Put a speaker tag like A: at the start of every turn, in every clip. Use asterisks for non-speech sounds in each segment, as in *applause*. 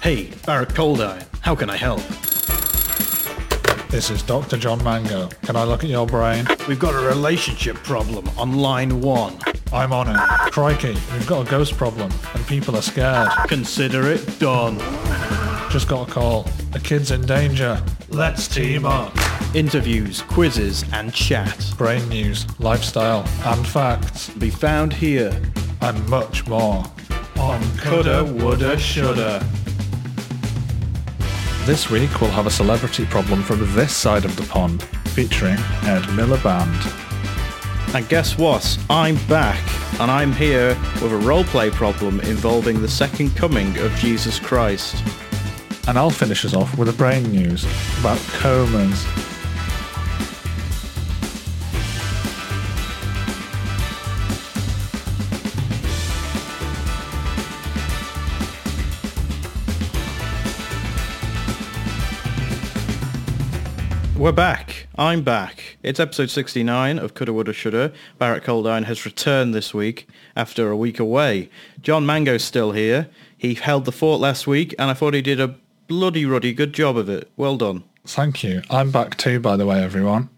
A: Hey, Barrett Cold Eye, how can I help?
B: This is Dr. John Mango. Can I look at your brain?
A: We've got a relationship problem on line one.
B: I'm on it. Crikey, we've got a ghost problem and people are scared.
A: Consider it done.
B: Just got a call. A kid's in danger. Let's team up.
A: Interviews, quizzes, and chat
B: Brain news, lifestyle, and facts,
A: be found here.
B: and much more. On
A: Coulda, woulda, shoulda.
B: This week we'll have a celebrity problem from this side of the pond, featuring Ed Miliband.
A: And guess what? I'm back, and I'm here with a roleplay problem involving the second coming of Jesus Christ.
B: And I'll finish us off with a brain news about comas.
A: We're back. I'm back. It's episode 69 of Coulda Woulda Shoulda. Barrett Coldine has returned this week after a week away. John Mango's still here. He held the fort last week, and I thought he did a bloody ruddy good job of it. Well done.
B: Thank you. I'm back too, by the way, everyone.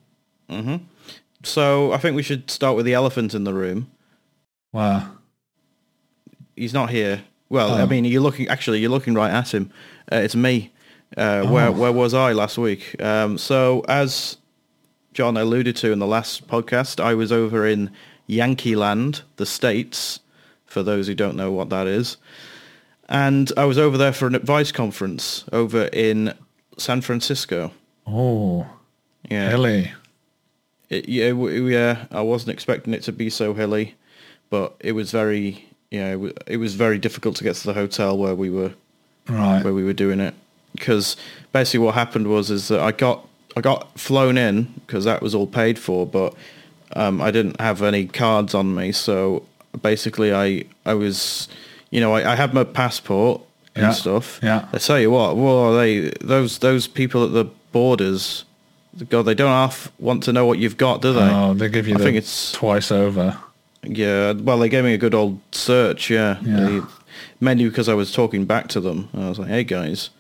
A: So I think we should start with the elephant in the room.
B: Wow.
A: He's not here. Well, I mean, you're looking. Actually, you're looking right at him. Uh, it's me. Uh, Where where was I last week? Um, so as John alluded to in the last podcast, I was over in Yankee Land, the states. For those who don't know what that is, and I was over there for an advice conference over in San Francisco.
B: Oh,
A: Yeah,
B: hilly.
A: It, yeah, w- yeah. I wasn't expecting it to be so hilly, but it was very, yeah, it, w- it was very difficult to get to the hotel where we were,
B: Right.
A: where we were doing it, because basically what happened was is that I got I got flown in because that was all paid for, but um, I didn't have any cards on me, so basically I I was, you know, I, I had my passport and
B: Yeah,
A: stuff.
B: yeah.
A: I tell you what, well, they those those people at the borders. God, they don't half want to know what you've got, do they?
B: Oh, they give you
A: I
B: the
A: think it's
B: twice over.
A: yeah. Well, they gave me a good old search. Yeah,
B: Yeah.
A: They- mainly because I was talking back to them. I was like, "Hey guys,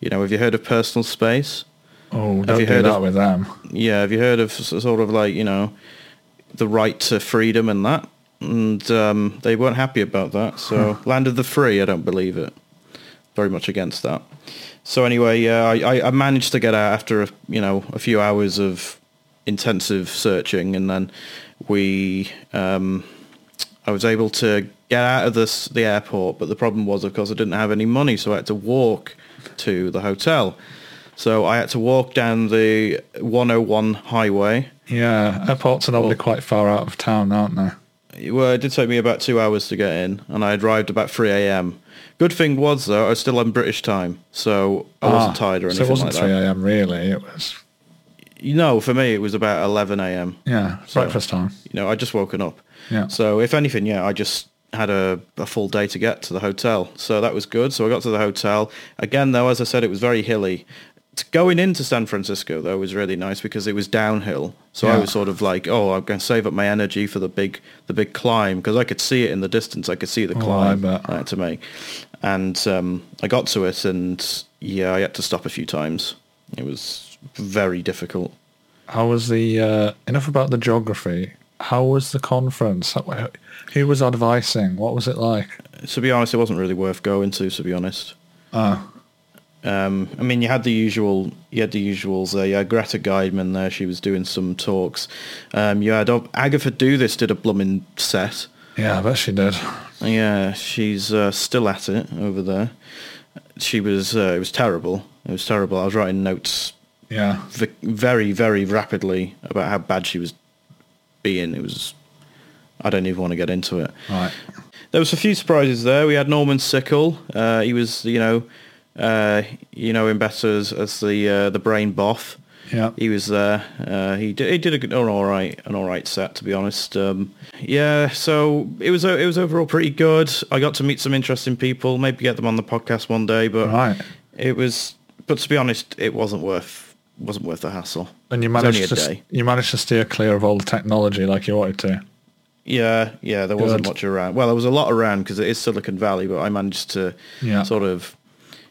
A: you know, have you heard of personal space?
B: Oh, don't
A: you
B: do
A: heard
B: that
A: of-
B: with them.
A: Yeah, have you heard of s- sort of like you know, the right to freedom and that?" And um, they weren't happy about that. So, land of the free, I don't believe it. Very much against that. So anyway, uh, I, I- I managed to get out after a, you know a few hours of intensive searching, and then we um, I was able to get out of this, the airport, but the problem was, of course, I didn't have any money, so I had to walk to the hotel. So I had to walk down the 101 highway.
B: Yeah, airports are normally quite far out of town, aren't they?
A: Well, it did take me about two hours to get in, and I arrived about 3 a.m. Good thing was, though, I was still on British time, so I wasn't
B: Ah,
A: tired or
B: So
A: anything
B: it wasn't
A: like
B: 3
A: that.
B: a.m. really. It was,
A: You know, for me, it was about 11 a.m.
B: yeah, breakfast time.
A: You know, I just woken up.
B: Yeah.
A: So if anything, yeah, I just had a, a full day to get to the hotel. So that was good. So I got to the hotel. Again, though, as I said, it was very hilly. T- Going into San Francisco, though, was really nice because it was downhill. So I
B: Yeah.
A: was sort of like, oh, I'm going to save up my energy for the big the big climb because I could see it in the distance. I could see the climb
B: Oh, bet.
A: I had to make. And um, I got to it and, yeah, I had to stop a few times. It was very difficult.
B: How was the, uh, enough about the geography. How was the conference? How- Who was advising? What was it like?
A: to be honest, it wasn't really worth going to. To be honest, um, I mean, you had the usual, you had the usuals there. You had Greta Guidman there; she was doing some talks. Um, you had oh, Agatha This did a blooming set.
B: Yeah, I bet she did.
A: Yeah, she's uh, still at it over there. She was, uh, it was terrible. It was terrible. I was writing notes
B: Yeah.
A: v- very, very rapidly about how bad she was being. It was, I don't even want to get into it.
B: Right.
A: There was a few surprises there. We had Norman Sickle. Uh, he was, you know, uh, you know him better as, as the uh, the brain boff.
B: Yeah.
A: He was there. Uh, he did he did a good, an all right an all right set to be honest. Um, yeah, so it was o- it was overall pretty good. I got to meet some interesting people. Maybe get them on the podcast one day, but
B: Right.
A: it was. But to be honest, it wasn't worth wasn't worth the hassle.
B: And you
A: It's
B: managed
A: only a
B: to s-
A: day.
B: you managed to steer clear of all the technology like you wanted to.
A: Yeah, yeah, there wasn't
B: Good.
A: much around. Well, there was a lot around because it is Silicon Valley, but I managed to
B: Yeah.
A: sort of,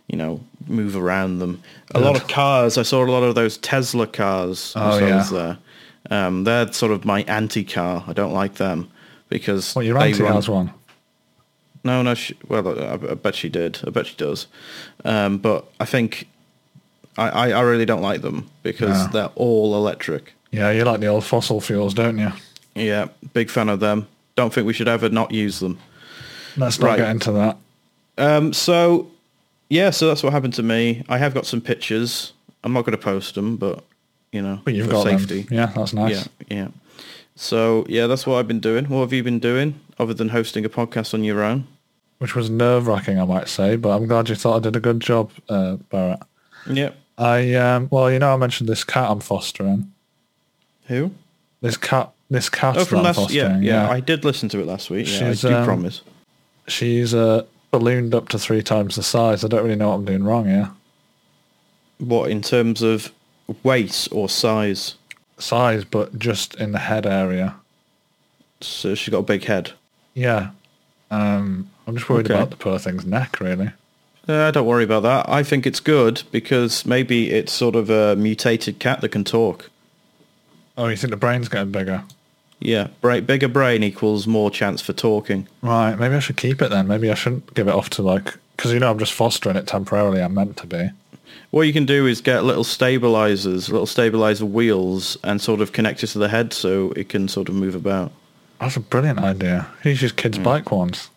A: you know, move around them. A
B: Good.
A: lot of cars. I saw a lot of those Tesla cars.
B: Oh,
A: as I
B: yeah.
A: was there. Um, they're sort of my anti-car. I don't like them because
B: What, your
A: they
B: auntie
A: run-
B: has one?
A: No, no. She, well, I, I bet she did. I bet she does. Um, but I think I, I, I really don't like them because
B: No.
A: they're all electric.
B: Yeah, you like the old fossil fuels, don't you?
A: Yeah, big fan of them. Don't think we should ever not use them.
B: Let's not
A: Right.
B: get into that.
A: Um, so, yeah, so that's what happened to me. I have got some pictures. I'm not going to post them, but you know,
B: But you've
A: for
B: got
A: safety.
B: them. Yeah, that's
A: Yeah,
B: nice.
A: yeah. So yeah, that's what I've been doing. What have you been doing other than hosting a podcast on your own?
B: Which was nerve wracking, I might say, but I'm glad you thought I did a good job, uh, Barrett.
A: Yeah.
B: I um, well, you know, I mentioned this cat I'm fostering.
A: Who?
B: This cat, this cat
A: Oh, from
B: that I'm
A: last. Yeah,
B: fostering.
A: yeah, I did listen to it last week. Yeah,
B: She's,
A: I do
B: um,
A: promise.
B: she's uh, ballooned up to three times the size. I don't really know what I'm doing wrong here.
A: What in terms of weight or size?
B: Size, but just in the head area.
A: So she's got a big head.
B: Yeah. Um, I'm just worried
A: Okay.
B: about the poor thing's neck, really.
A: Uh, don't worry about that. I think it's good because maybe it's sort of a mutated cat that can talk.
B: Oh, you think the brain's getting bigger?
A: Yeah, bra bigger brain equals more chance for talking.
B: Right, maybe I should keep it then. Maybe I shouldn't give it off to like, because you know I'm just fostering it temporarily. I'm meant to be.
A: What you can do is get little stabilizers, little stabilizer wheels, and sort of connect it to the head so it can sort of move about.
B: That's a brilliant idea. He's just kids' bike ones.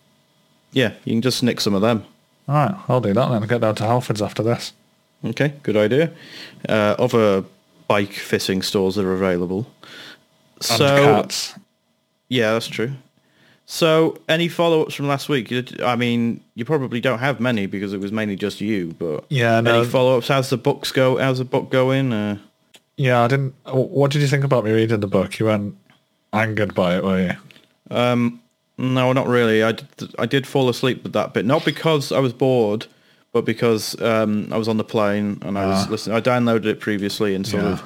A: Yeah, you can just nick some of them.
B: All right, I'll do that then. I'll get down to Halfords after this.
A: Okay, good idea. Uh, other bike fitting stores that are available.
B: And
A: so
B: cats.
A: yeah, that's true. So any follow-ups from last week? You- I mean, you probably don't have many because it was mainly just you. But
B: Yeah, no.
A: any follow-ups? How's the books go? How's the book going? Uh,
B: Yeah, I didn't. wh- What did you think about me reading the book? You weren't angered by it, were you?
A: No, not really. I did, I did fall asleep with that bit, not because I was bored, but because um, I was on the plane and I was listening. I downloaded it previously and sort
B: Ah. Yeah.
A: of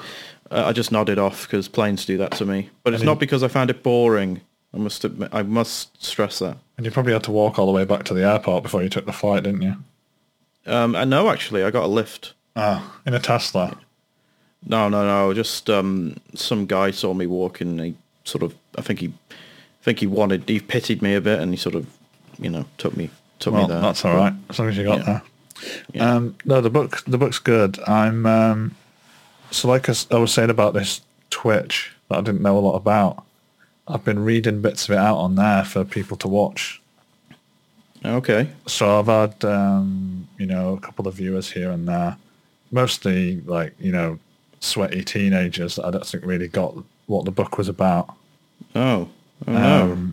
A: uh, I just nodded off because planes do that to me. But it's not because I found it boring. I must admit, I must stress that.
B: And you probably had to walk all the way back to the airport before you took the flight, didn't you?
A: Um, and no, actually, I got a lift.
B: Ah, in a Tesla.
A: No, no, no. Just um, some guy saw me walking. And he sort of, I think he, I think he wanted, he pitied me a bit, and he sort of, you know, took me, took
B: Well,
A: me there.
B: that's all right. As long as you got
A: Yeah.
B: there.
A: Yeah.
B: Um, no, the book. The book's good. I'm um, so like I, s- I was saying about this Twitch that I didn't know a lot about. I've been reading bits of it out on there for people to watch.
A: Okay.
B: So I've had um, you know a couple of viewers here and there, mostly like you know sweaty teenagers that I don't think really got what the book was about.
A: Oh.
B: Um,
A: Oh no.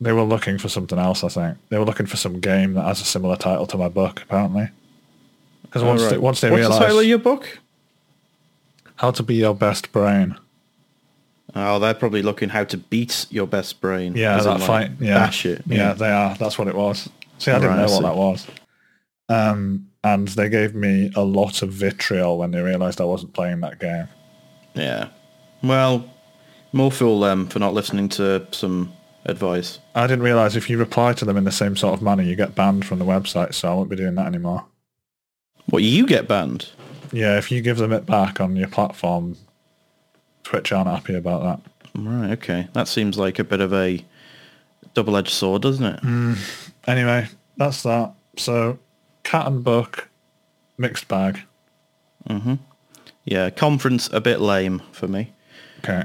B: They were looking for something else, I think. They were looking for some game that has a similar title to my book, apparently. Because once,
A: All Oh, right.
B: they, once they
A: What's the title of
B: realised
A: your book?
B: how to be your best brain,
A: Oh, they're probably looking how to beat your best brain.
B: yeah,
A: As in,
B: that
A: like,
B: fight, yeah,
A: bash it.
B: yeah, they are. That's what it was. See, I didn't
A: Right, I
B: know what
A: see.
B: that was. Um, and they gave me a lot of vitriol when they realised I wasn't playing that game.
A: yeah. Well, more fool them for not listening to some advice.
B: I didn't realise if you reply to them in the same sort of manner, you get banned from the website, so I won't be doing that anymore.
A: What you get banned?
B: Yeah, if you give them it back on your platform, Twitch aren't happy about that.
A: Right. Okay. That seems like a bit of a double-edged sword, doesn't it?
B: Mm. Anyway, that's that. So, cat and book, mixed bag.
A: Yeah. Conference a bit lame for me.
B: Okay.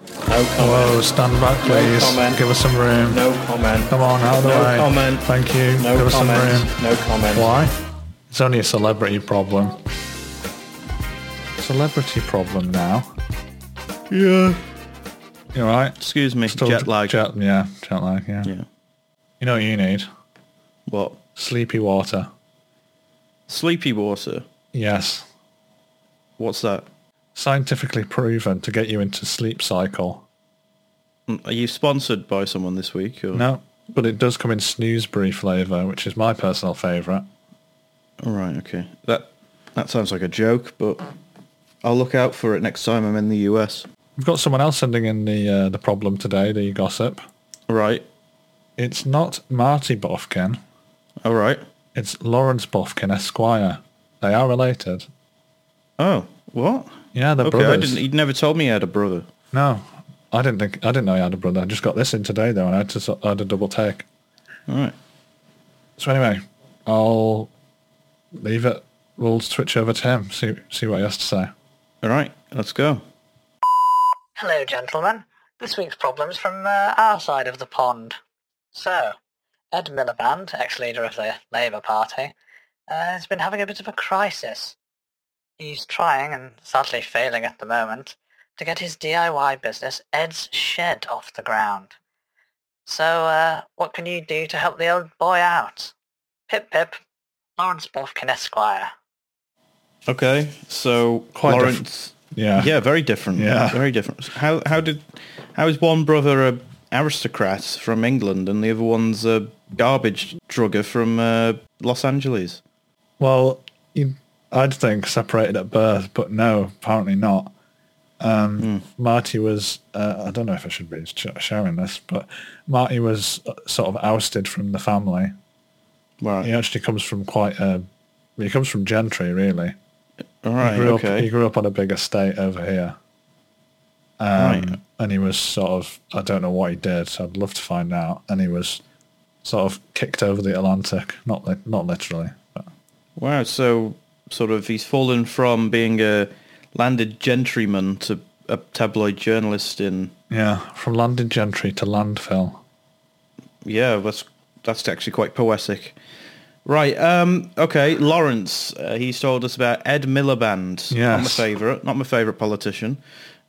A: No comment.
B: Hello, stand back, please.
A: comment.
B: Give us some room.
A: No comment.
B: Come on, out of the
A: No
B: way.
A: comment.
B: Thank you. Give
A: No
B: us some
A: comment.
B: room.
A: No comment.
B: Why? It's only a celebrity problem. Celebrity problem now.
A: Yeah.
B: You all right?
A: Excuse me.
B: Still
A: jet lag.
B: Jet, yeah, jet lag, yeah.
A: Yeah.
B: You know what you need?
A: What?
B: Sleepy water.
A: Sleepy water.
B: Yes.
A: What's that?
B: Scientifically proven to get you into sleep cycle.
A: Mm, Are you sponsored by someone this week? Or?
B: No, but it does come in snoozeberry flavour, which is my personal favourite.
A: All right, okay. That that sounds like a joke, but I'll look out for it next time I'm in the US.
B: We've got someone else sending in the uh, the problem today, the gossip.
A: Right.
B: It's not Marty Bofkin.
A: All right.
B: It's Lawrence Bofkin Esquire. They are related.
A: Oh, what?
B: Yeah, they're
A: Okay, I
B: brothers.
A: didn't. e- He'd never told me he had a brother.
B: No, I didn't think I didn't know he had a brother. I just got this in today though, and I had to sort- I had a double take.
A: All right.
B: So anyway, I'll leave it. We'll switch over to him. See see what he has to say.
A: All right. Let's go.
C: Hello, gentlemen. This week's problem's from uh, our side of the pond. So, Ed Miliband, ex-leader of the Labour Party, uh, has been having a bit of a crisis. He's trying, and sadly failing at the moment, to get his DIY business, Ed's Shed, off the ground. So, uh, what can you do to help the old boy out? Pip pip, Lawrence Bofkin Esquire.
A: Okay. So
B: Quite
A: Lawrence.
B: Yeah.
A: *laughs* Yeah. Very different.
B: *laughs* Yeah.
A: Very different. How how did how is one brother a aristocrat from England and the other one's a garbage drugger from uh, Los Angeles?
B: Well, you, I'd think separated at birth, but no, apparently not. Um,
A: Hmm.
B: Marty was, uh, I don't know if I should be sh- sharing this, but Marty was uh, sort of ousted from the family.
A: Right.
B: He actually comes from quite a, he comes from gentry, really.
A: All
B: He
A: right.
B: grew, up, he
A: Okay.
B: grew up on a big estate over here. Um,
A: Right.
B: And he was sort of, I don't know what he did. So I'd love to find out. And he was sort of kicked over the Atlantic, not li- not literally. But
A: Wow. So sort of he's fallen from being a landed gentryman to a tabloid journalist in
B: yeah, from landed gentry to landfill.
A: Yeah, that's that's actually quite poetic. Right. Um, okay. Lawrence. Uh, he's told us about Ed Miliband. Not my
B: Yes.
A: favorite. Not my favorite politician.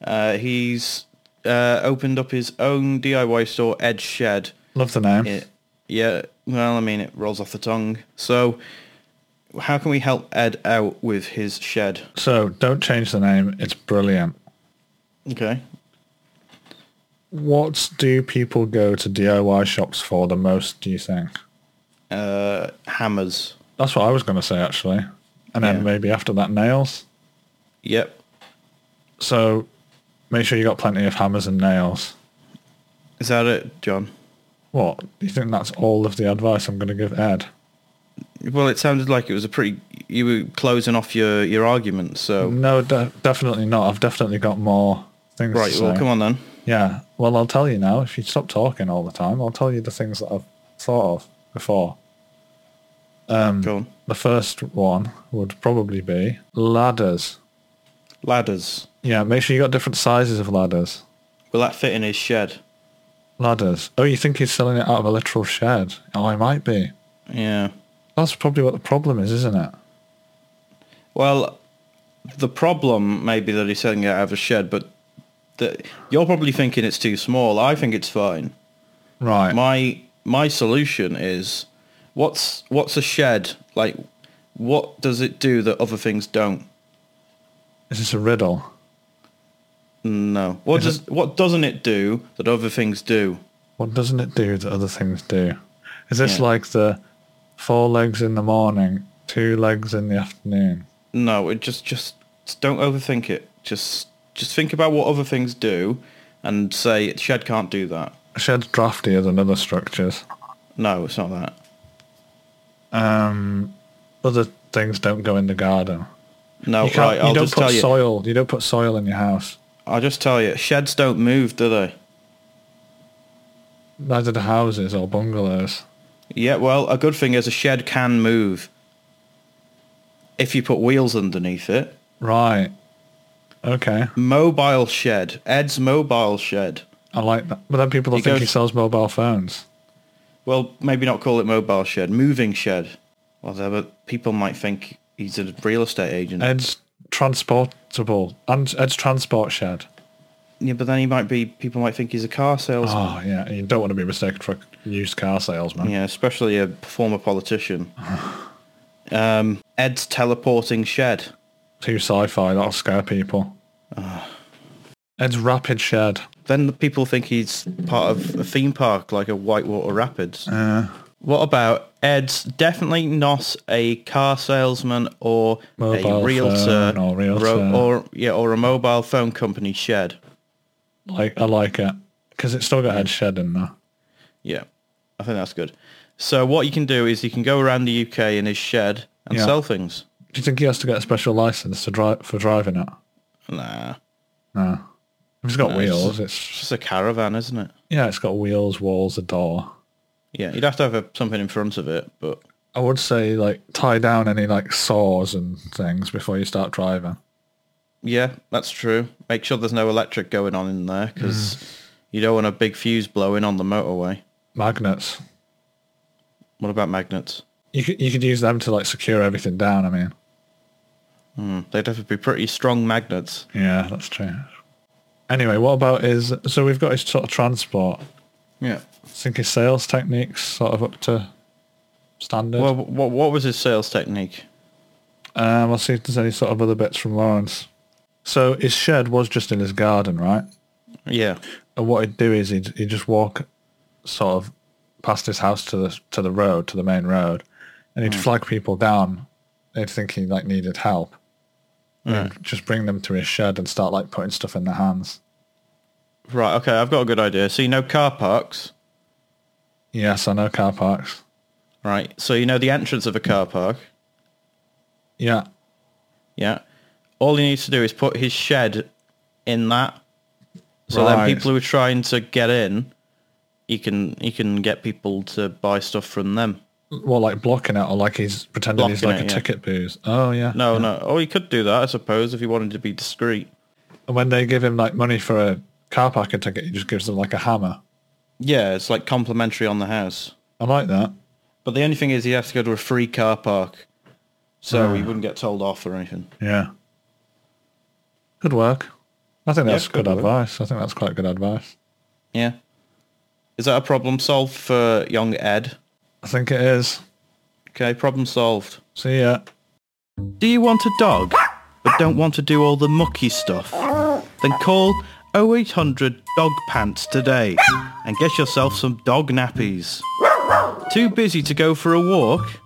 A: Uh, he's uh, opened up his own DIY store, Ed Shed.
B: Love the name.
A: It, yeah. Well, I mean, it rolls off the tongue. So, how can we help Ed out with his shed?
B: So don't change the name. It's brilliant.
A: Okay.
B: What do people go to DIY shops for the most, do you think?
A: Uh, hammers.
B: That's what I was going to say, actually. And then
A: Yeah.
B: maybe after that, nails.
A: Yep.
B: So make sure you got plenty of hammers and nails.
A: Is that it, John?
B: What? You think that's all of the advice I'm going to give Ed?
A: Well, it sounded like it was a pretty. You were closing off your your argument, so
B: No, de- definitely not. I've definitely got more things
A: right.
B: to
A: Well,
B: say.
A: come on then.
B: Yeah. Well, I'll tell you now. If you stop talking all the time, I'll tell you the things that I've thought of before.
A: Go on.
B: The first one would probably be ladders.
A: Ladders.
B: Yeah, make sure you got different sizes of ladders.
A: Will that fit in his shed?
B: Ladders. Oh, you think he's selling it out of a literal shed? Oh, he might be.
A: Yeah.
B: That's probably what the problem is, isn't it?
A: Well, the problem may be that he's selling it out of a shed, but the, you're probably thinking it's too small. I think it's fine.
B: Right.
A: My my solution is, what's what's a shed like? What does it do that other things don't?
B: Is this a riddle?
A: No. What
B: Is
A: does what doesn't it do that other things do?
B: What doesn't it do that other things do? Is this
A: Yeah.
B: like the four legs in the morning, two legs in the afternoon?
A: No, it just just just don't overthink it. Just just think about what other things do, and say shed can't do that.
B: A shed's draftier than other structures.
A: No, it's not that.
B: Um, other things don't go in the garden.
A: No,
B: you can't,
A: Oh, right.
B: you
A: I'll
B: don't
A: just
B: put
A: tell you.
B: soil. You don't put soil in your house.
A: I'll just tell you. Sheds don't move, do they?
B: Neither do houses or bungalows.
A: Yeah. Well, a good thing is a shed can move if you put wheels underneath it.
B: Right. Okay.
A: Mobile shed. Ed's mobile shed.
B: I like that. But then people will
A: He
B: think he
A: goes-
B: sells mobile phones.
A: Well, maybe not call it mobile shed. Moving shed. Whatever. People might think he's a real estate agent.
B: Ed's transportable. And Ed's transport shed.
A: yeah, but then he might be. People might think he's a car salesman.
B: Oh, yeah. You don't want to be mistaken for a used car salesman.
A: Yeah, especially a former politician. Um, Ed's teleporting shed.
B: Too sci-fi. That'll scare people.
A: Ah.
B: Ed's rapid shed.
A: Then the people think he's part of a theme park like a Whitewater Rapids.
B: Uh-huh.
A: what about Ed's definitely not a car salesman or
B: Mobile
A: a realtor,
B: phone or realtor.
A: or yeah, or a mobile phone company shed.
B: Like I like it because it's still got Ed Shed in there.
A: Yeah, I think that's good. So what you can do is you can go around the UK in his shed and
B: Yeah.
A: sell things.
B: Do you think he has to get a special license to drive for driving it?
A: Nah,
B: No. If it's got
A: No, it's-
B: wheels,
A: it's
B: it's
A: just a caravan, isn't it?
B: yeah, it's got wheels, walls, a door.
A: Yeah, you'd have to have a, something in front of it, but
B: I would say like tie down any like saws and things before you start driving.
A: yeah, that's true. Make sure there's no electric going on in there because you don't want a big fuse blowing on the motorway.
B: Magnets.
A: What about magnets?
B: You could you could use them to like secure everything down. I mean,
A: Hmm, they'd have to be pretty strong magnets.
B: yeah, that's true. Anyway, what about his? So we've got his sort of transport.
A: Yeah.
B: I think his sales techniques sort of up to standard.
A: Well, what what was his sales technique?
B: Um, I'll see if there's any sort of other bits from Lawrence. So his shed was just in his garden, right?
A: Yeah,
B: And what he'd do is he'd, he'd just walk sort of past his house to the to the road, to the main road, and
A: Hmm.
B: he'd flag people down. They'd think he like needed help. And
A: Hmm.
B: he'd just bring them to his shed and start like putting stuff in their hands.
A: right. Okay, I've got a good idea. So you know car parks,
B: Yes, I know car parks.
A: right? So you know the entrance of a car park.
B: Yeah.
A: Yeah. All he needs to do is put his shed in that. So
B: Right.
A: then people who are trying to get in, he can he can get people to buy stuff from them.
B: Well, like blocking it or like he's pretending he's
A: Blocking
B: like
A: it,
B: a
A: yeah.
B: ticket booth. Oh yeah.
A: No, no. Oh, he could do that, I suppose, if he wanted to be discreet.
B: And when they give him like money for a car parking ticket, he just gives them like a hammer.
A: Yeah, it's like complimentary on the house.
B: I like that.
A: But the only thing is, he has to go to a free car park, so he wouldn't get told off or anything.
B: Yeah. Good work. I think
A: Yeah,
B: that's
A: good
B: good,
A: work.
B: advice. I think that's quite good advice.
A: Yeah. Is that a problem solved for young Ed?
B: I think it is.
A: Okay, problem solved.
B: See ya.
A: Do you want a dog, but don't want to do all the mucky stuff? Then call 0800 Dog Pants today and get yourself some dog nappies. Too busy to go for a walk?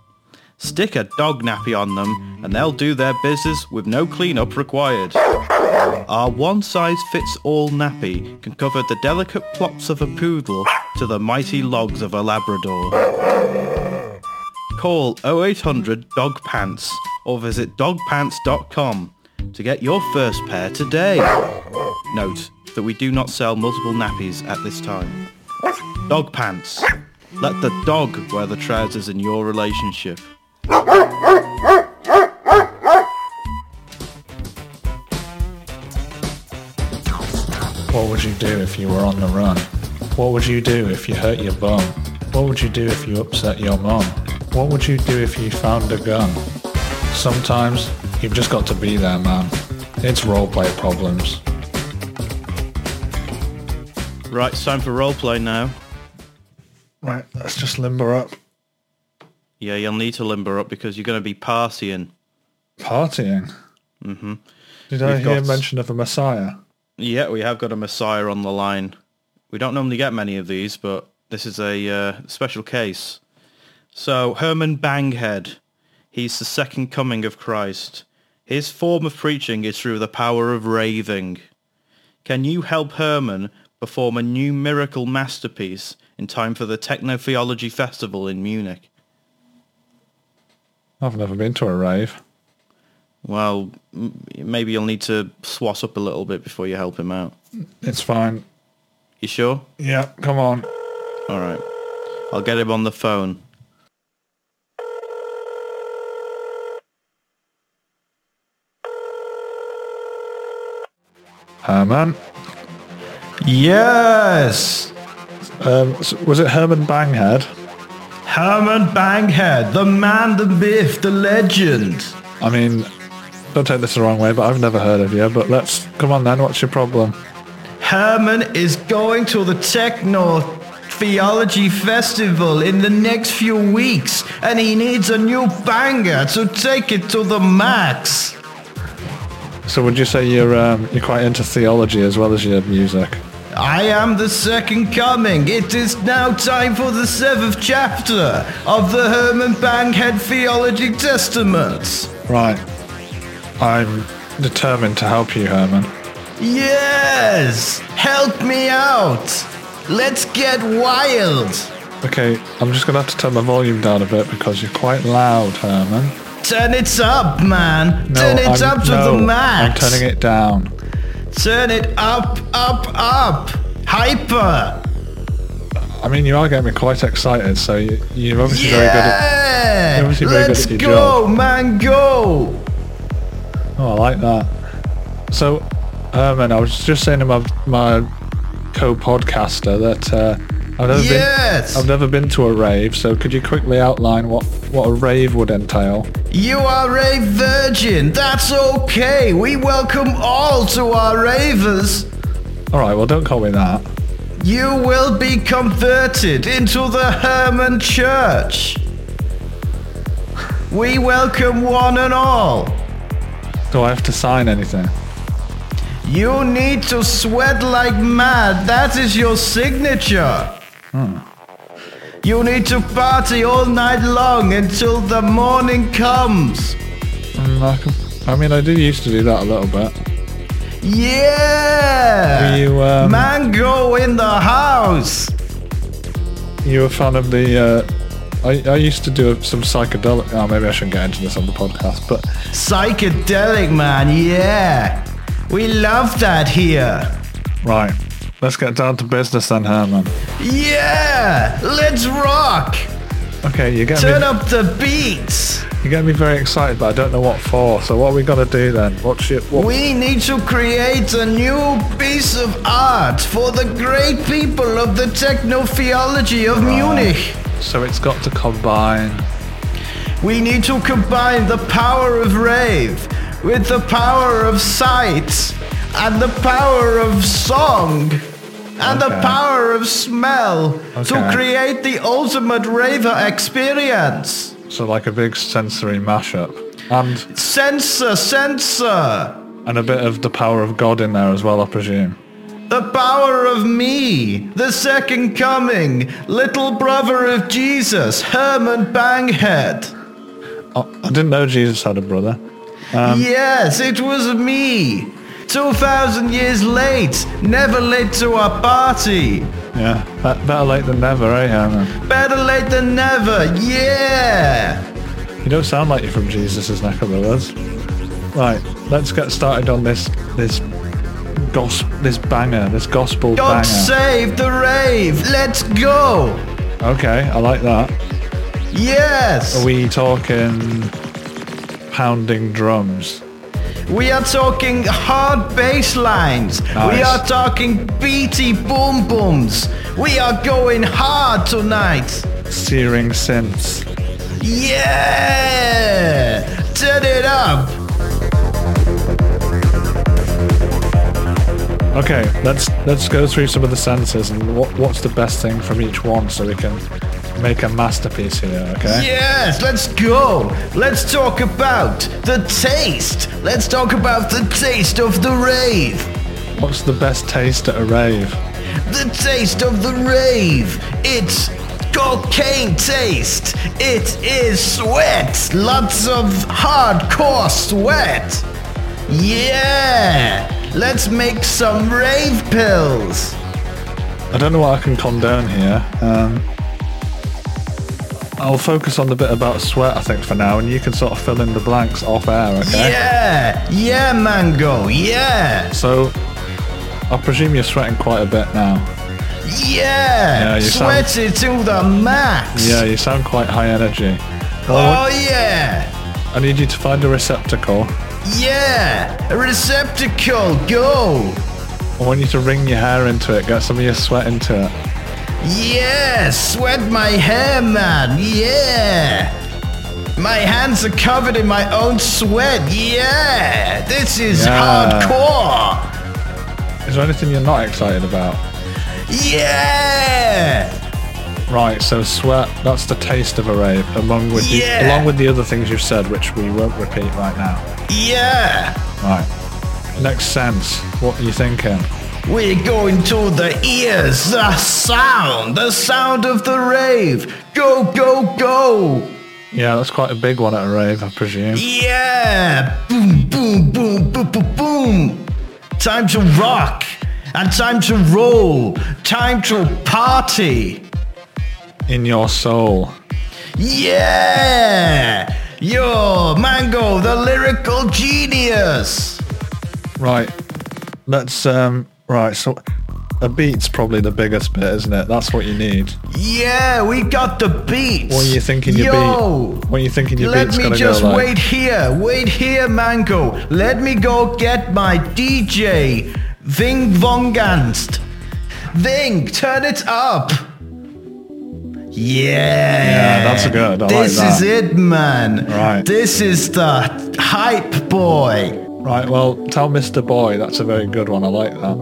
A: Stick a dog nappy on them and they'll do their business with no clean-up required. Our one-size-fits-all nappy can cover the delicate plops of a poodle to the mighty logs of a Labrador. Call 0800 Dog Pants or visit dogpants.com to get your first pair today. Note that we do not sell multiple nappies at this time. Dog Pants. Let the dog wear the trousers in your relationship.
B: What would you do if you were on the run? What would you do if you hurt your bum? What would you do if you upset your mum? What would you do if you found a gun? Sometimes you've just got to be there, man. It's roleplay problems.
A: Right, it's time for roleplay now.
B: Right, let's just limber up.
A: Yeah, you'll need to limber up because you're going to be partying.
B: Partying. Mm-hmm. Did I
A: We've
B: hear
A: got-
B: mention of a messiah?
A: Yeah, we have got a messiah on the line. We don't normally get many of these, but this is a uh, special case. So Herman Banghead, he's the second coming of Christ. His form of preaching is through the power of raving. Can you help Herman perform a new miracle masterpiece in time for the Techno Theology Festival in Munich?
B: I've never been to a rave.
A: Well, m- maybe you'll need to swat up a little bit before you help him out.
B: It's fine.
A: You sure?
B: Yeah, come on.
A: All right. I'll get him on the phone.
B: Herman.
D: Yes!
B: Um, s- was it Herman Banghead?
D: Herman Banghead, the man, the myth, the legend.
B: I mean, don't take this the wrong way, but I've never heard of you. But let's come on then. What's your problem?
D: Herman is going to the Techno Theology Festival in the next few weeks, and he needs a new banger to take it to the max.
B: So would you say you're um, you're quite into theology as well as your music?
D: I am the second coming. It is now time for the seventh chapter of the Herman Banghead Theology Testament.
B: Right. I'm determined to help you, Herman.
D: Yes! Help me out! Let's get wild!
B: Okay, I'm just gonna have to turn my volume down a bit because you're quite loud, Herman.
D: Turn it up, man! Turn it
B: I'm-
D: up to
B: no,
D: the max!
B: I'm turning it down.
D: Turn it up, up, up! Hyper!
B: I mean, you are getting me quite excited, so you, you're obviously very good at.
D: Yeah!
B: you're obviously very good
D: Let's
B: at your
D: go, man, go!
B: Oh, I like that. So, Herman, I was just saying to my my co-podcaster that uh, I've never
D: Yes!
B: been I've never been to a rave. So, could you quickly outline what what a rave would entail?
D: You are a virgin, that's okay! We welcome all to our ravers!
B: All right, well, don't call me that.
D: You will be converted into the Herman Church. We welcome one and all.
B: Do I have to sign anything?
D: You need to sweat like mad. That is your signature. You need to party all night long until the morning comes.
B: Mm, I, can- I mean, I do used to do that a little bit.
D: Yeah!
B: Were you, um,
D: Mango in the house.
B: You a fan of the? Uh, I I used to do some psychedelic. Oh, maybe I shouldn't get into this on the podcast, but
D: Psychedelic, man. Yeah. We love that here.
B: right. Let's get down to business then, Herman.
D: Yeah, let's rock.
B: Okay, you're getting
D: Turn
B: me,
D: up the beats.
B: you're getting me very excited, but I don't know what for. So what are we gonna do then? What's your what,
D: We need to create a new piece of art for the great people of the techno theology of Munich.
B: So it's got to combine.
D: We need to combine the power of rave with the power of sight and the power of song and the
B: Okay.
D: power of smell to
B: Okay.
D: create the ultimate raver experience.
B: So like a big sensory mashup, and
D: Sensor, sensor.
B: and a bit of the power of God in there as well, I presume.
D: The power of me, the second coming, little brother of Jesus, Herman Banghead.
B: Oh, I didn't know Jesus had a brother. Um.
D: yes, it was me. 2,000 years late, never late to our party.
B: Yeah, bet- better late than never, eh, Herman?
D: Better late than never, yeah.
B: You don't sound like you're from Jesus' neck of the woods. Right, let's get started on this this gos this banger, this gospel banger.
D: God save the rave, let's go.
B: okay, I like that.
D: Yes,
B: Are we talking pounding drums?
D: we are talking hard bass lines. We
B: Nice.
D: are talking beaty boom booms. We are going hard tonight.
B: Searing synths.
D: Yeah! Turn it up!
B: Okay, let's let's go through some of the senses and what what's the best thing from each one so we can make a masterpiece here. Okay.
D: Yes, let's go! Let's talk about the taste! Let's talk about the taste of the rave!
B: What's the best taste at a rave?
D: The taste of the rave! It's cocaine taste! It is sweat! Lots of hardcore sweat! Yeah! Let's make some rave pills!
B: I don't know what I can condone here. Um, I'll focus on the bit about sweat, I think, for now, and you can sort of fill in the blanks off air. Okay.
D: Yeah! Yeah, mango! Yeah!
B: So, I presume you're sweating quite a bit now.
D: Yeah,
B: Yeah, you
D: sweat it to the max.
B: Yeah, you sound quite high energy.
D: Oh
B: Well,
D: yeah,
B: I need you to find a receptacle.
D: yeah. A receptacle, go.
B: I want you to wring your hair into it, get some of your sweat into it.
D: Yeah, sweat my hair, man. Yeah. My hands are covered in my own sweat. Yeah, this is
B: Yeah.
D: hardcore.
B: Is there anything you're not excited about?
D: Yeah,
B: Right, so sweat, that's the taste of a rave, along with the
D: Yeah.
B: along with the other things you've said, which we won't repeat right now.
D: yeah.
B: Right. Next sense. What are you thinking?
D: We're going to the ears, the sound, the sound of the rave. Go, go, go.
B: Yeah, that's quite a big one
D: E
B: at a rave, I presume.
D: Yeah! Boom, boom, boom, boom, boom, boom! Time to rock. And time to roll. Time to party.
B: In your soul.
D: Yeah! Yo, Mango, the lyrical genius.
B: Right. Let's um right, so a beat's probably the biggest bit, isn't it? That's what you need.
D: Yeah, we got the beats.
B: What are you thinking your
D: Yo,
B: beat? What are you thinking your
D: Let
B: beat's
D: me
B: gonna
D: just
B: go like?
D: wait here. Wait here, Mango. Let me go get my DJ. Ving Vonganst. Ving, turn it up. Yeah.
B: Yeah, that's good. I like
D: this is
B: that.
D: it, man.
B: Right.
D: This is the hype boy.
B: Right, well, tell Mr. Boy that's a very good one. I like that.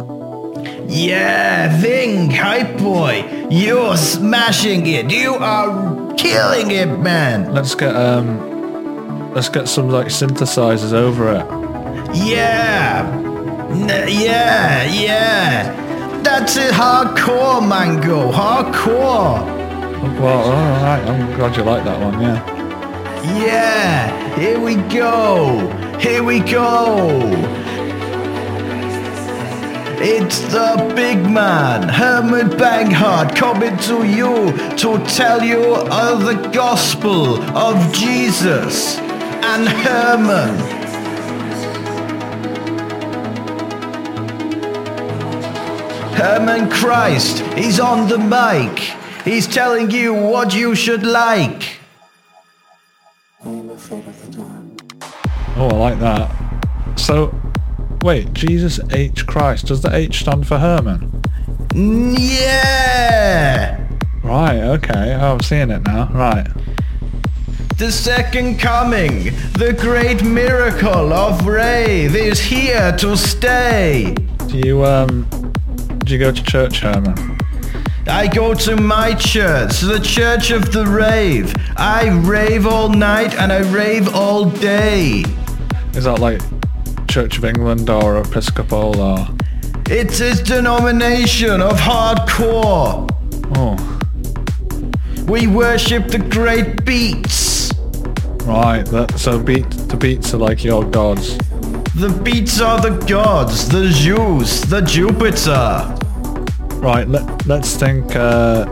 D: Yeah, Ving, hype boy. You're smashing it. You are killing it, man.
B: Let's get um let's get some like synthesizers over it.
D: Yeah. N- yeah, yeah. That's it, hardcore, Mango. Hardcore.
B: Well, all right. I'm glad you like that one. Yeah.
D: Yeah. Here we go. Here we go. It's the big man, Herman Banghart, coming to you to tell you of the gospel of Jesus and Herman. Herman Christ, he's on the mic. He's telling you what you should like.
B: Oh, I like that. So, wait, Jesus H Christ. Does the H stand for Herman?
D: N- Yeah!
B: Right. Okay. Oh, I'm seeing it now. Right.
D: The second coming, the great miracle of Rave is here to stay.
B: Do you um do you go to church, Herman?
D: I go to my church, the church of the rave. I rave all night and I rave all day.
B: Is that like Church of England or Episcopal or?
D: It is denomination of hardcore.
B: Oh,
D: We worship the great beats.
B: right. That, so beat the beats are like your gods.
D: The beats are the gods, the Zeus, the Jupiter.
B: Right. Let Let's think. Uh,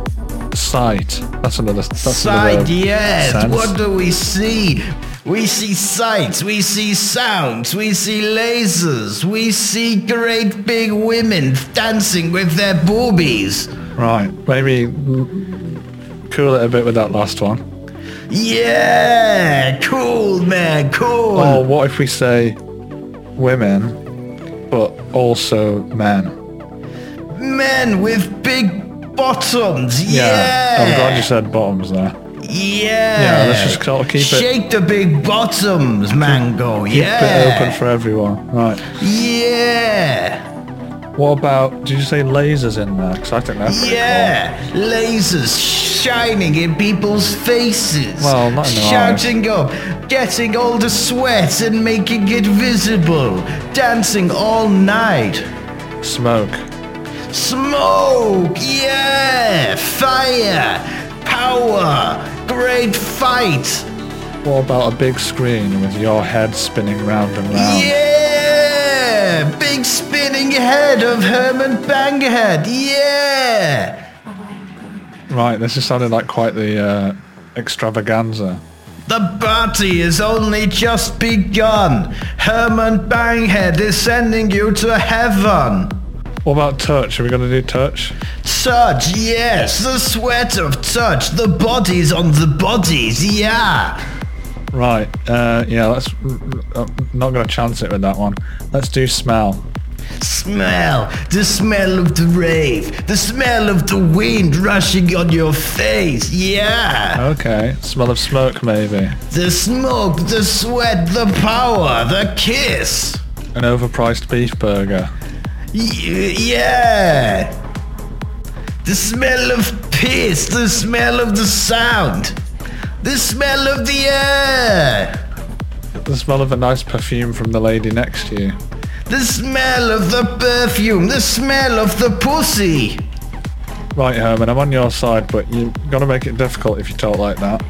B: sight. That's another. That's
D: Sight,
B: another
D: yes.
B: sense.
D: What do we see? We see sights, we see sounds, we see lasers, we see great big women dancing with their boobies.
B: Right, maybe cool it a bit with that last one.
D: Yeah, cool, man, cool.
B: Or what if we say women, but also men?
D: Men with big bottoms, yeah.
B: I'm glad you said bottoms there.
D: Yeah.
B: Oh, Yeah, let's just sort of keep it-
D: Shake the big bottoms, Mango. yeah.
B: Bit open for everyone. Right.
D: yeah.
B: What about? Did you say lasers in there? Because I think that's pretty
D: Yeah. Lasers shining in people's faces.
B: Well, not in their eyes.
D: Shouting up, getting all the sweat and making it visible. Dancing all night.
B: cool. Smoke.
D: Smoke. Yeah. Fire. Power. Great fight.
B: What about a big screen with your head spinning round and round?
D: Yeah! Big spinning head of Herman Banghead. Yeah!
B: Right. This is sounding like quite the uh, extravaganza.
D: The party is only just begun. Herman Banghead is sending you to heaven.
B: What about touch? Are we gonna do touch?
D: Touch, yes, the sweat of touch, the bodies on the bodies, yeah.
B: Right. Uh, yeah, that's I'm not going to chance it with that one. Let's do smell.
D: Smell, the smell of the rave, the smell of the wind rushing on your face, yeah.
B: Okay. Smell of smoke, maybe.
D: The smoke, the sweat, the power, the kiss.
B: An overpriced beef burger.
D: Y- yeah. The smell of piss, the smell of the sound, the smell of the air,
B: The smell of a nice perfume from the lady next to you.
D: the smell of the perfume, the smell of the pussy.
B: Right, Herman, I'm on your side, but you've got to make it difficult if you talk like that.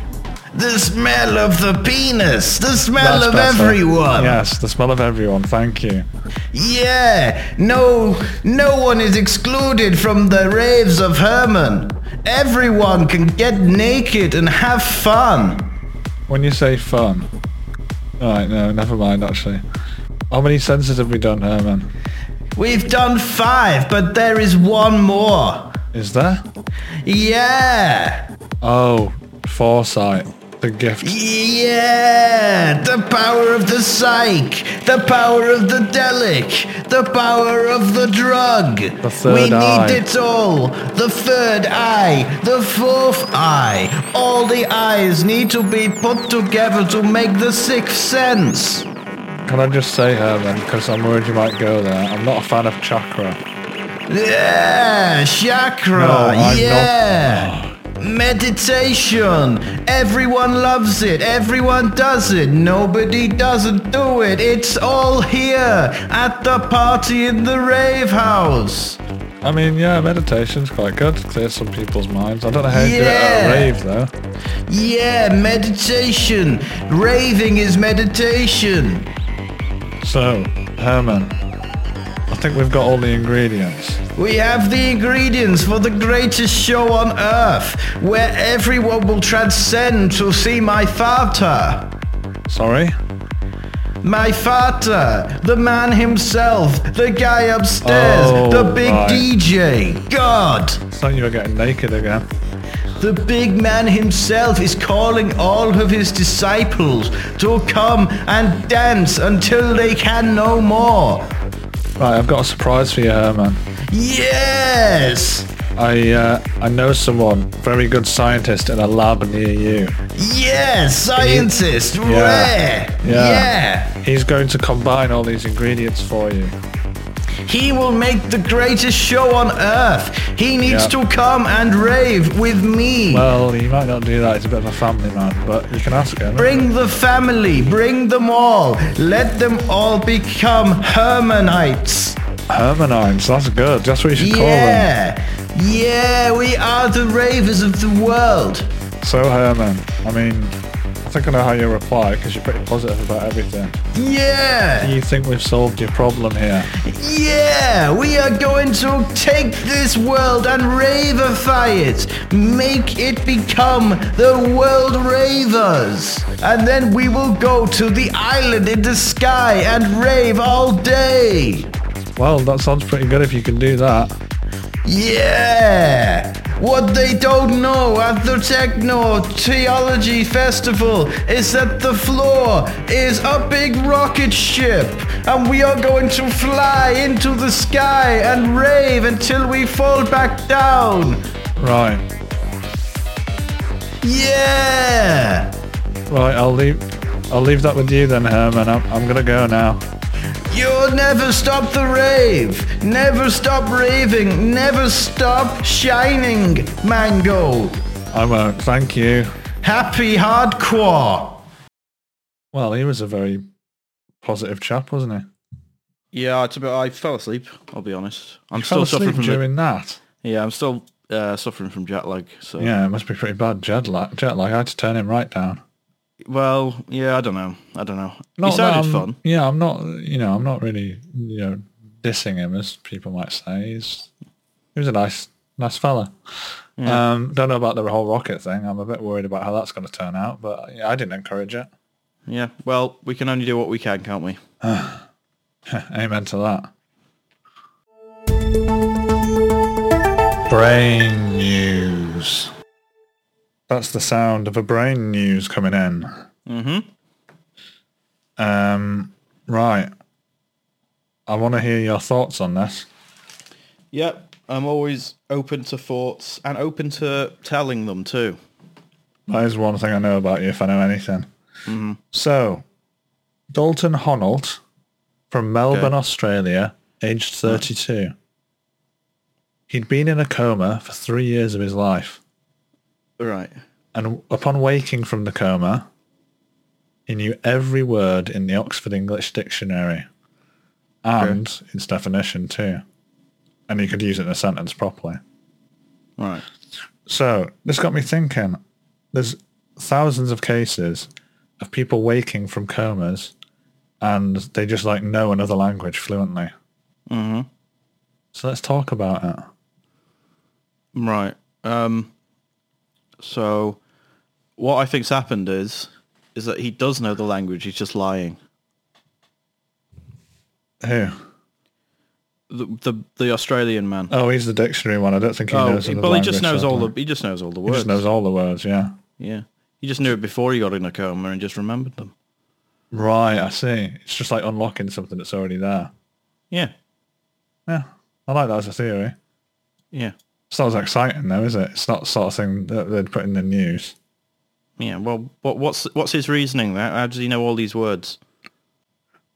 D: The smell of the penis. The smell
B: That's
D: of
B: better.
D: everyone.
B: Yes, the smell of everyone. Thank you.
D: Yeah, no, no one is excluded from the raves of Herman. Everyone can get naked and have fun.
B: When you say fun, all right, no, never mind. Actually, how many senses have we done, Herman?
D: We've done five, but there is one more.
B: Is there?
D: Yeah,
B: Oh, foresight, the gift.
D: yeah, the power of the psych, the power of the delic, the power of the drug.
B: The third
D: we need
B: eye.
D: it all. The third eye, the fourth eye. All the eyes need to be put together to make the sixth sense.
B: Can I just say, Herman, because I'm worried you might go there. I'm not a fan of chakra.
D: Yeah, chakra.
B: No, I'm not-
D: yeah. Meditation. Everyone loves it. Everyone does it. Nobody doesn't do it. It's all here at the party in the rave house.
B: I mean, yeah, meditation's quite good. Clears some people's minds. I don't know how you do it
D: Yeah.
B: at a rave, though.
D: Yeah, meditation. Raving is meditation.
B: So, Herman, I think we've got all the ingredients.
D: We have the ingredients for the greatest show on earth, where everyone will transcend to see my father.
B: Sorry?
D: My father, the man himself, the guy upstairs,
B: Oh,
D: the big
B: right.
D: DJ, God,
B: It's like you were getting naked again.
D: the big man himself is calling all of his disciples to come and dance until they can no more.
B: Right, I've got a surprise for you, Herman.
D: Yes!
B: I uh, I know someone, very good scientist in a lab near you.
D: Yes, scientist!
B: Yeah.
D: Rare!
B: Yeah.
D: yeah!
B: He's going to combine all these ingredients for you.
D: He will make the greatest show on earth. He needs
B: Yeah.
D: to come and rave with me.
B: Well, he might not do that. He's a bit of a family man, but you can ask him.
D: Bring the family, bring them all. Let them all become Hermanites.
B: Hermanites, that's good. That's what you should call them.
D: Yeah. Yeah, we are the ravers of the world.
B: So, Herman, I mean, I think I know how you reply because you're pretty positive about everything. Do
D: Yeah.
B: you think we've solved your problem here?
D: Yeah, we are going to take this world and ravify it. Make it become the world ravers. And then we will go to the island in the sky and rave all day.
B: Well, that sounds pretty good if you can do that.
D: Yeah! What they don't know at the Techno Theology Festival is that the floor is a big rocket ship, and we are going to fly into the sky and rave until we fall back down.
B: Right.
D: Yeah!
B: Right, I'll leave I'll leave that with you then, Herman. I'm, I'm gonna go now.
D: You'll never stop the rave! Never stop raving! Never stop shining, Mango!
B: I won't. Thank you.
D: Happy hardcore!
B: Well, he was a very positive chap, wasn't he?
A: Yeah, it's about, I fell asleep. I'll be honest. I'm
B: Fell
A: still
B: asleep
A: suffering from the,
B: during that.
A: yeah. I'm still uh, suffering from jet lag. So
B: Yeah, it must be pretty bad jet lag. Jet lag. I had to turn him right down.
A: well, yeah. I don't know. I don't know.
B: Not
A: he
B: that
A: sounded
B: I'm-
A: fun.
B: Yeah, I'm not. You know, I'm not really. You know, dissing him as people might say. He's he was a nice, nice fella. Um, don't know about the whole rocket thing. I'm a bit worried about how that's going to turn out. But yeah, I didn't encourage it.
A: Yeah. Well, we can only do what we can, can't we?
B: Amen to that. Brain news. That's the sound of a brain news coming in.
A: Mm-hmm.
B: Um, right. I want to hear your thoughts on this.
A: Yep. I'm always open to thoughts and open to telling them too.
B: That is one thing I know about you, if I know anything. So, Dalton Honolt from Melbourne,
A: Okay.
B: Australia, aged 32. He'd been in a coma for three years of his life.
A: Right.
B: And upon waking from the coma, he knew every word in the Oxford English Dictionary and its definition too. And he could use it in a sentence properly.
A: Right.
B: So this got me thinking. There's thousands of cases of people waking from comas and they just like know another language fluently. Mm-hmm. So let's talk about it.
A: Right. Um, so, what I think's happened is, is that he does know the language. He's just lying.
B: Who?
A: The the, the Australian man.
B: Oh, he's the dictionary one. I don't think he
A: oh,
B: knows.
A: he,
B: another
A: well, he just knows
B: language, so I
A: all the
B: don't-
A: he just knows all the
B: He
A: words.
B: just knows all the words. Yeah.
A: Yeah, he just knew it before he got in a coma and just remembered them.
B: Right. I see. It's just like unlocking something that's already there.
A: Yeah,
B: Yeah. I like that as a theory.
A: yeah,
B: It's not as exciting though, is it? It's not the sort of thing that they'd put in the news.
A: yeah. Well, what what's what's his reasoning? There, how does he know all these words?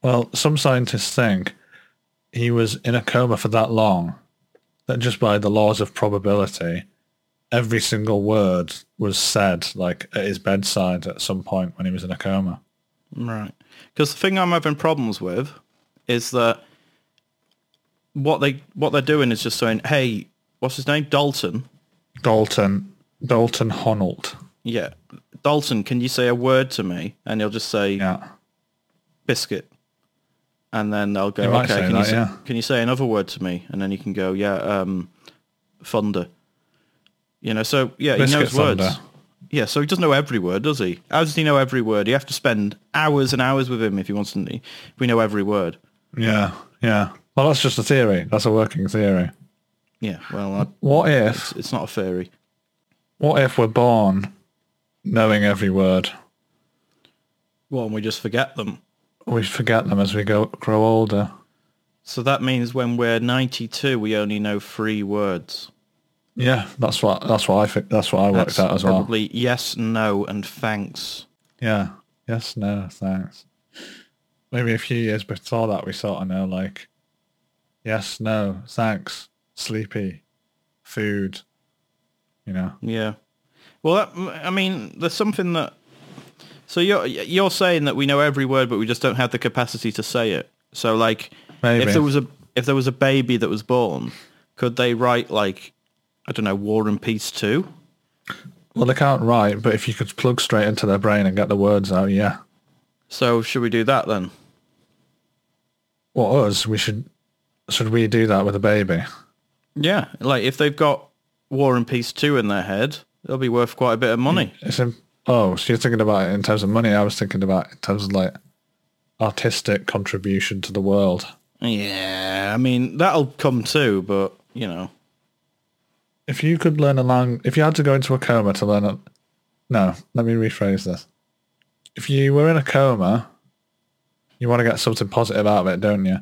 B: Well, some scientists think he was in a coma for that long that just by the laws of probability, every single word was said like at his bedside at some point when he was in a coma.
A: Right. Because the thing I'm having problems with is that what they what they're doing is just saying, "Hey, what's his name? Dalton."
B: Dalton, Dalton Honolt.
A: Yeah, Dalton, can you say a word to me? And he'll just say
B: Yeah.
A: biscuit, and then they'll go,
B: He might
A: "Okay,
B: say
A: can you
B: that,
A: say,
B: yeah.
A: can you say another word to me?" And then you can go, "Yeah, um, thunder." You know, so yeah,
B: Biscuit
A: he knows words.
B: thunder.
A: Yeah, so he doesn't know every word, does he? How does he know every word? You have to spend hours and hours with him if he wants to. If we know every word.
B: Yeah. Yeah. Well, that's just a theory. That's a working theory.
A: Yeah, well, I,
B: What if,
A: it's not a theory.
B: what if we're born knowing every word?
A: Well, and we just forget them.
B: We forget them as we go grow older.
A: So that means when we're 92, we only know three words.
B: Yeah, that's what that's what I think. That's what I worked
A: That's
B: out as well.
A: probably yes, no, and thanks.
B: Yeah. Yes. No. Thanks. Maybe a few years before that, we sort of know like, yes, no, thanks, sleepy, food. You know.
A: Yeah. Well, that, I mean, there's something that. So you're you're saying that we know every word, but we just don't have the capacity to say it. So like,
B: Maybe.
A: if there was a if there was a baby that was born, could they write like, I don't know, War and Peace two?
B: Well, they can't write, but if you could plug straight into their brain and get the words out, yeah.
A: So should we do that then?
B: Well, us, we should. Should we do that with a baby?
A: Yeah, like if they've got War and Peace two in their head, it'll be worth quite a bit of money.
B: It's in, oh, so you're thinking about it in terms of money. I was thinking about it in terms of like artistic contribution to the world.
A: Yeah, I mean that'll come too, but you know,
B: if you could learn a lang, if you had to go into a coma to learn a, no, let me rephrase this. If you were in a coma, you want to get something positive out of it, don't you?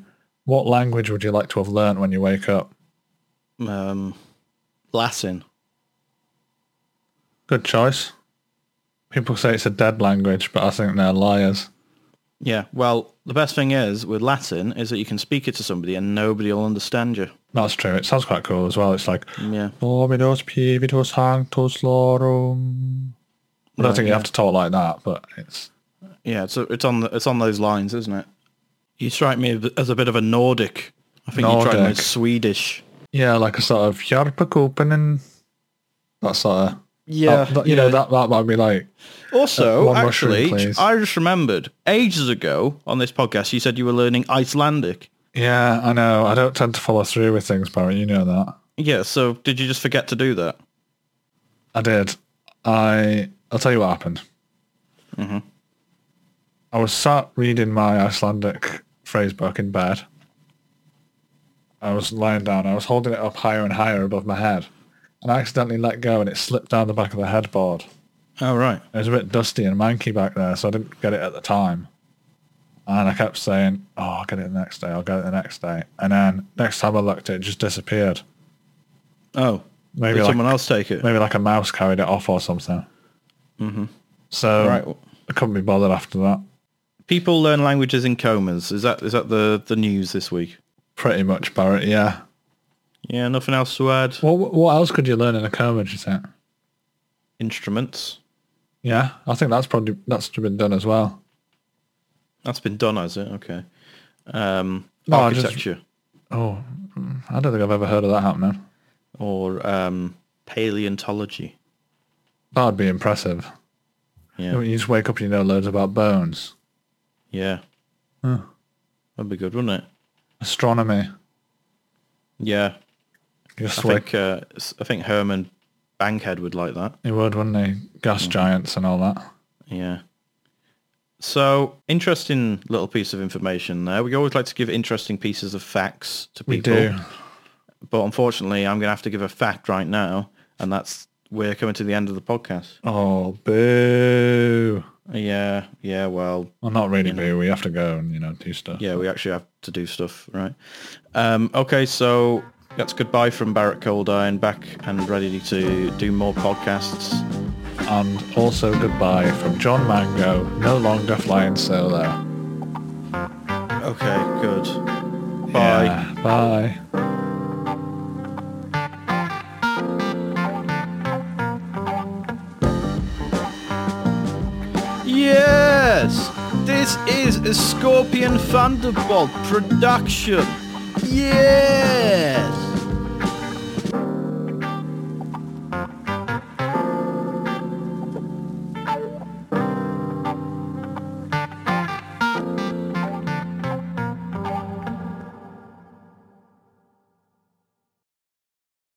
B: What language would you like to have learnt when you wake up?
A: um, Latin.
B: Good choice. People say it's a dead language, but I think they're liars.
A: Yeah, well, the best thing is with Latin is that you can speak it to somebody and nobody will understand you.
B: That's true. It sounds quite cool as well. It's like,
A: Yeah,
B: Dominus pivitus sanctus lorum. I don't think you have to talk like that, but it's
A: yeah, it's it's on the, it's on those lines, isn't it? You strike me as a bit of a Nordic. I think you tried me
B: Nordic.
A: as Swedish.
B: yeah, like a sort of Jarpakopenin. That sort of
A: Yeah,
B: That- that- Oh, you know that that might be like Uh,
A: Also,
B: one mushroom,
A: actually,
B: please.
A: I just remembered ages ago on this podcast you said you were learning Icelandic.
B: yeah i know i don't tend to follow through with things barry you know that
A: Yeah, so did you just forget to do that?
B: i did i i'll tell you what happened
A: Mm-hmm.
B: i was sat reading my icelandic phrase book in bed i was lying down i was holding it up higher and higher above my head and i accidentally let go and it slipped down the back of the headboard
A: Oh right.
B: It was a bit dusty and manky back there, so I didn't get it at the time. And I kept saying, oh, I'll get it the next day, I'll get it the next day. And then next time I looked, it just disappeared.
A: Oh,
B: Maybe
A: did
B: like-
A: someone else take it.
B: Maybe like a mouse carried it off or something. Mm-hmm. So
A: Right.
B: I couldn't be bothered after that.
A: People learn languages in comas. Is that is that the the news this week?
B: Pretty much, Barrett, yeah.
A: Yeah, nothing else to add.
B: What, what else could you learn in a coma, do you think?
A: Instruments.
B: Yeah, I think that's probably, that's been done as well.
A: That's been done, has it? Okay. Um,
B: No, I just-
A: architecture
B: Oh, mm, I don't think I've ever heard of that happening.
A: or um, paleontology.
B: That'd be impressive.
A: Yeah.
B: You know, You just wake up and you know loads about bones,
A: Yeah.
B: Huh.
A: That'd be good, wouldn't it?
B: astronomy.
A: Yeah.
B: You just
A: I
B: wake.
A: think uh, s- I think Herman Bankhead would like that.
B: He would, wouldn't he? Gas
A: Mm.
B: giants and all that.
A: Yeah. So interesting little piece of information there. We always like to give interesting pieces of facts to
B: We
A: people.
B: do.
A: But unfortunately, I'm going to have to give a fact right now, and that's we're coming to the end of the podcast.
B: Oh, boo!
A: Yeah, yeah. Well,
B: Well, not really boo. We have to go and you know do stuff.
A: yeah. We actually have to do stuff, right? Um, okay, so that's goodbye from Barrett Coldiron, back and ready to do more podcasts.
B: And also goodbye from John Mango, no longer flying solo.
A: Okay, good. Bye.
B: Yeah, bye.
A: Yes, this is a Scorpion Thunderbolt production. Yeah.